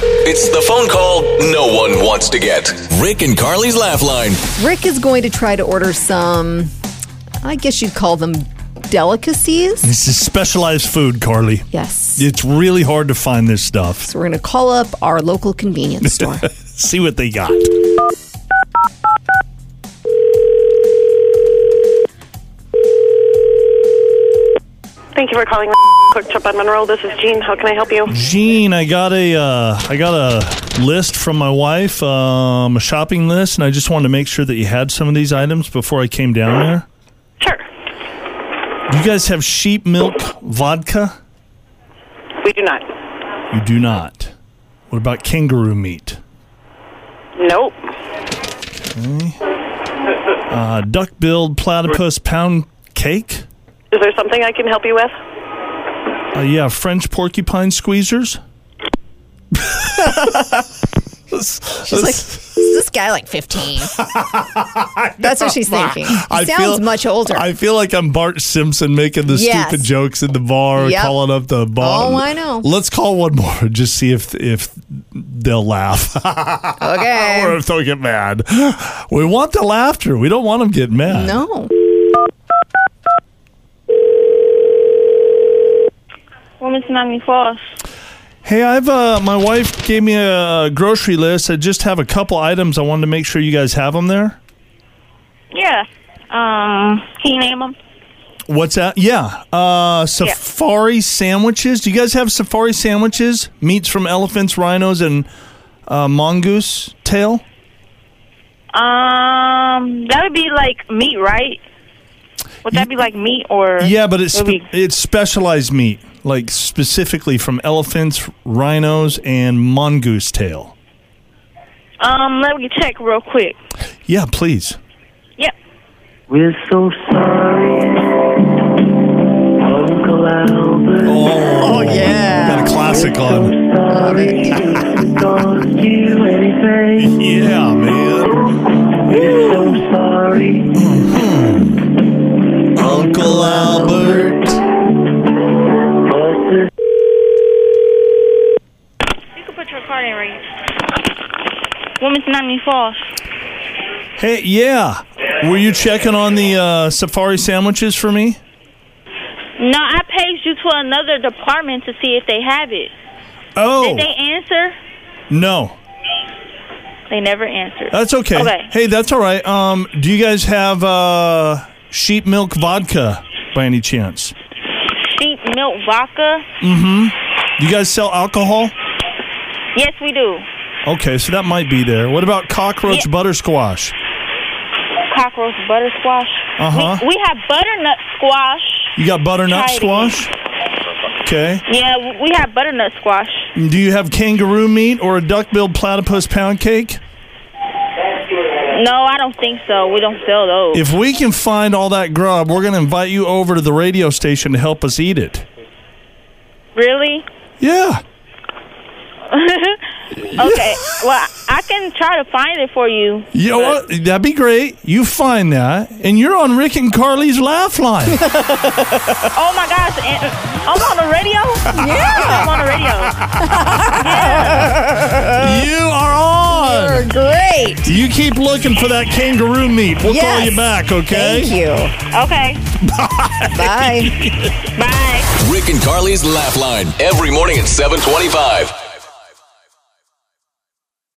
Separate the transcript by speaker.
Speaker 1: It's the phone call no one wants to get. Rick and Carly's Laugh Line.
Speaker 2: Rick is going to try to order some, I guess you'd call them delicacies.
Speaker 3: This is specialized food, Carly.
Speaker 2: Yes.
Speaker 3: It's really hard to find this stuff.
Speaker 2: So we're going to call up our local convenience store.
Speaker 3: See what they got.
Speaker 4: Thank you for calling Quick Trip on Monroe. This is Jean. How can I help you?
Speaker 3: Gene, I got a uh, I got a list from my wife, um, a shopping list, and I just wanted to make sure that you had some of these items before I came down there.
Speaker 4: Sure.
Speaker 3: You guys have sheep milk vodka?
Speaker 4: We do not.
Speaker 3: You do not. What about kangaroo meat?
Speaker 4: Nope.
Speaker 3: Uh, duck-billed platypus pound cake?
Speaker 4: Is there something I can help you with?
Speaker 3: Uh, yeah, French porcupine squeezers.
Speaker 2: She's like, is this guy like 15? That's what she's thinking. He sounds much older.
Speaker 3: I feel like I'm Bart Simpson making the
Speaker 2: Yes.
Speaker 3: stupid jokes in the bar,
Speaker 2: Yep.
Speaker 3: calling up the bar.
Speaker 2: Oh, I know.
Speaker 3: Let's call one more, just see if if they'll laugh or
Speaker 2: okay.
Speaker 3: if they'll get mad. We want the laughter. We don't want them getting mad.
Speaker 2: No.
Speaker 5: Well, Miss Magni Floss.
Speaker 3: Hey, I've uh, my wife gave me a grocery list. I just have a couple items. I wanted to make sure you guys have them there.
Speaker 5: Yeah. Um, can you name them?
Speaker 3: What's that? Yeah. Uh, safari sandwiches. Do you guys have safari sandwiches? Meats from elephants, rhinos, and uh, mongoose tail?
Speaker 5: Um, that would be like meat, right? Would that be like meat or?
Speaker 3: Yeah, but it's
Speaker 5: would
Speaker 3: spe-
Speaker 5: be-
Speaker 3: it's specialized meat, like specifically from elephants, rhinos, and mongoose tail.
Speaker 5: um, let me check real quick.
Speaker 3: Yeah, please.
Speaker 5: Yeah.
Speaker 6: We're so sorry, Uncle Albert.
Speaker 3: Oh,
Speaker 2: yeah.
Speaker 3: Got a classic on.
Speaker 6: Sorry to cause you anything.
Speaker 3: Yeah, man.
Speaker 6: We're so sorry,
Speaker 3: Uncle Albert.
Speaker 6: but the
Speaker 5: You can put your card in right. Well, Miss Magni Floss.
Speaker 3: Hey, yeah. Were you checking on the uh, safari sandwiches for me?
Speaker 5: No, I paged you to another department to see if they have it.
Speaker 3: Oh,
Speaker 5: Did they answer?
Speaker 3: no.
Speaker 5: They never answered.
Speaker 3: That's okay.
Speaker 5: Okay.
Speaker 3: Hey, that's all right. Um, do you guys have uh, sheep milk vodka by any chance?
Speaker 5: Sheep milk vodka.
Speaker 3: You guys sell alcohol?
Speaker 5: Yes, we do.
Speaker 3: Okay, so that might be there. What about cockroach
Speaker 5: Yeah.
Speaker 3: butter squash?
Speaker 5: Cockroach butter squash.
Speaker 3: Uh-huh.
Speaker 5: We, we have butternut squash.
Speaker 3: You got butternut
Speaker 5: Try it
Speaker 3: squash? Okay.
Speaker 5: Yeah, w- we have butternut squash.
Speaker 3: Do you have kangaroo meat or a duck-billed platypus pound cake?
Speaker 5: No, I don't think so. We don't sell those.
Speaker 3: If we can find all that grub, we're going to invite you over to the radio station to help us eat it.
Speaker 5: really?
Speaker 3: Yeah.
Speaker 5: Okay. well, I can try to find it for you.
Speaker 3: You know what? That'd be great. You find that, and you're on Rick and Carly's laugh line.
Speaker 5: Oh my gosh, and- I'm on the radio. Yeah, I'm on the radio.
Speaker 3: you are on.
Speaker 2: You're great.
Speaker 3: You keep looking for that kangaroo meat. We'll call
Speaker 2: Yes.
Speaker 3: you back, okay?
Speaker 2: Thank you.
Speaker 5: Okay,
Speaker 2: Bye.
Speaker 5: bye.
Speaker 1: Rick and Carly's Laugh Line. Every morning at 725.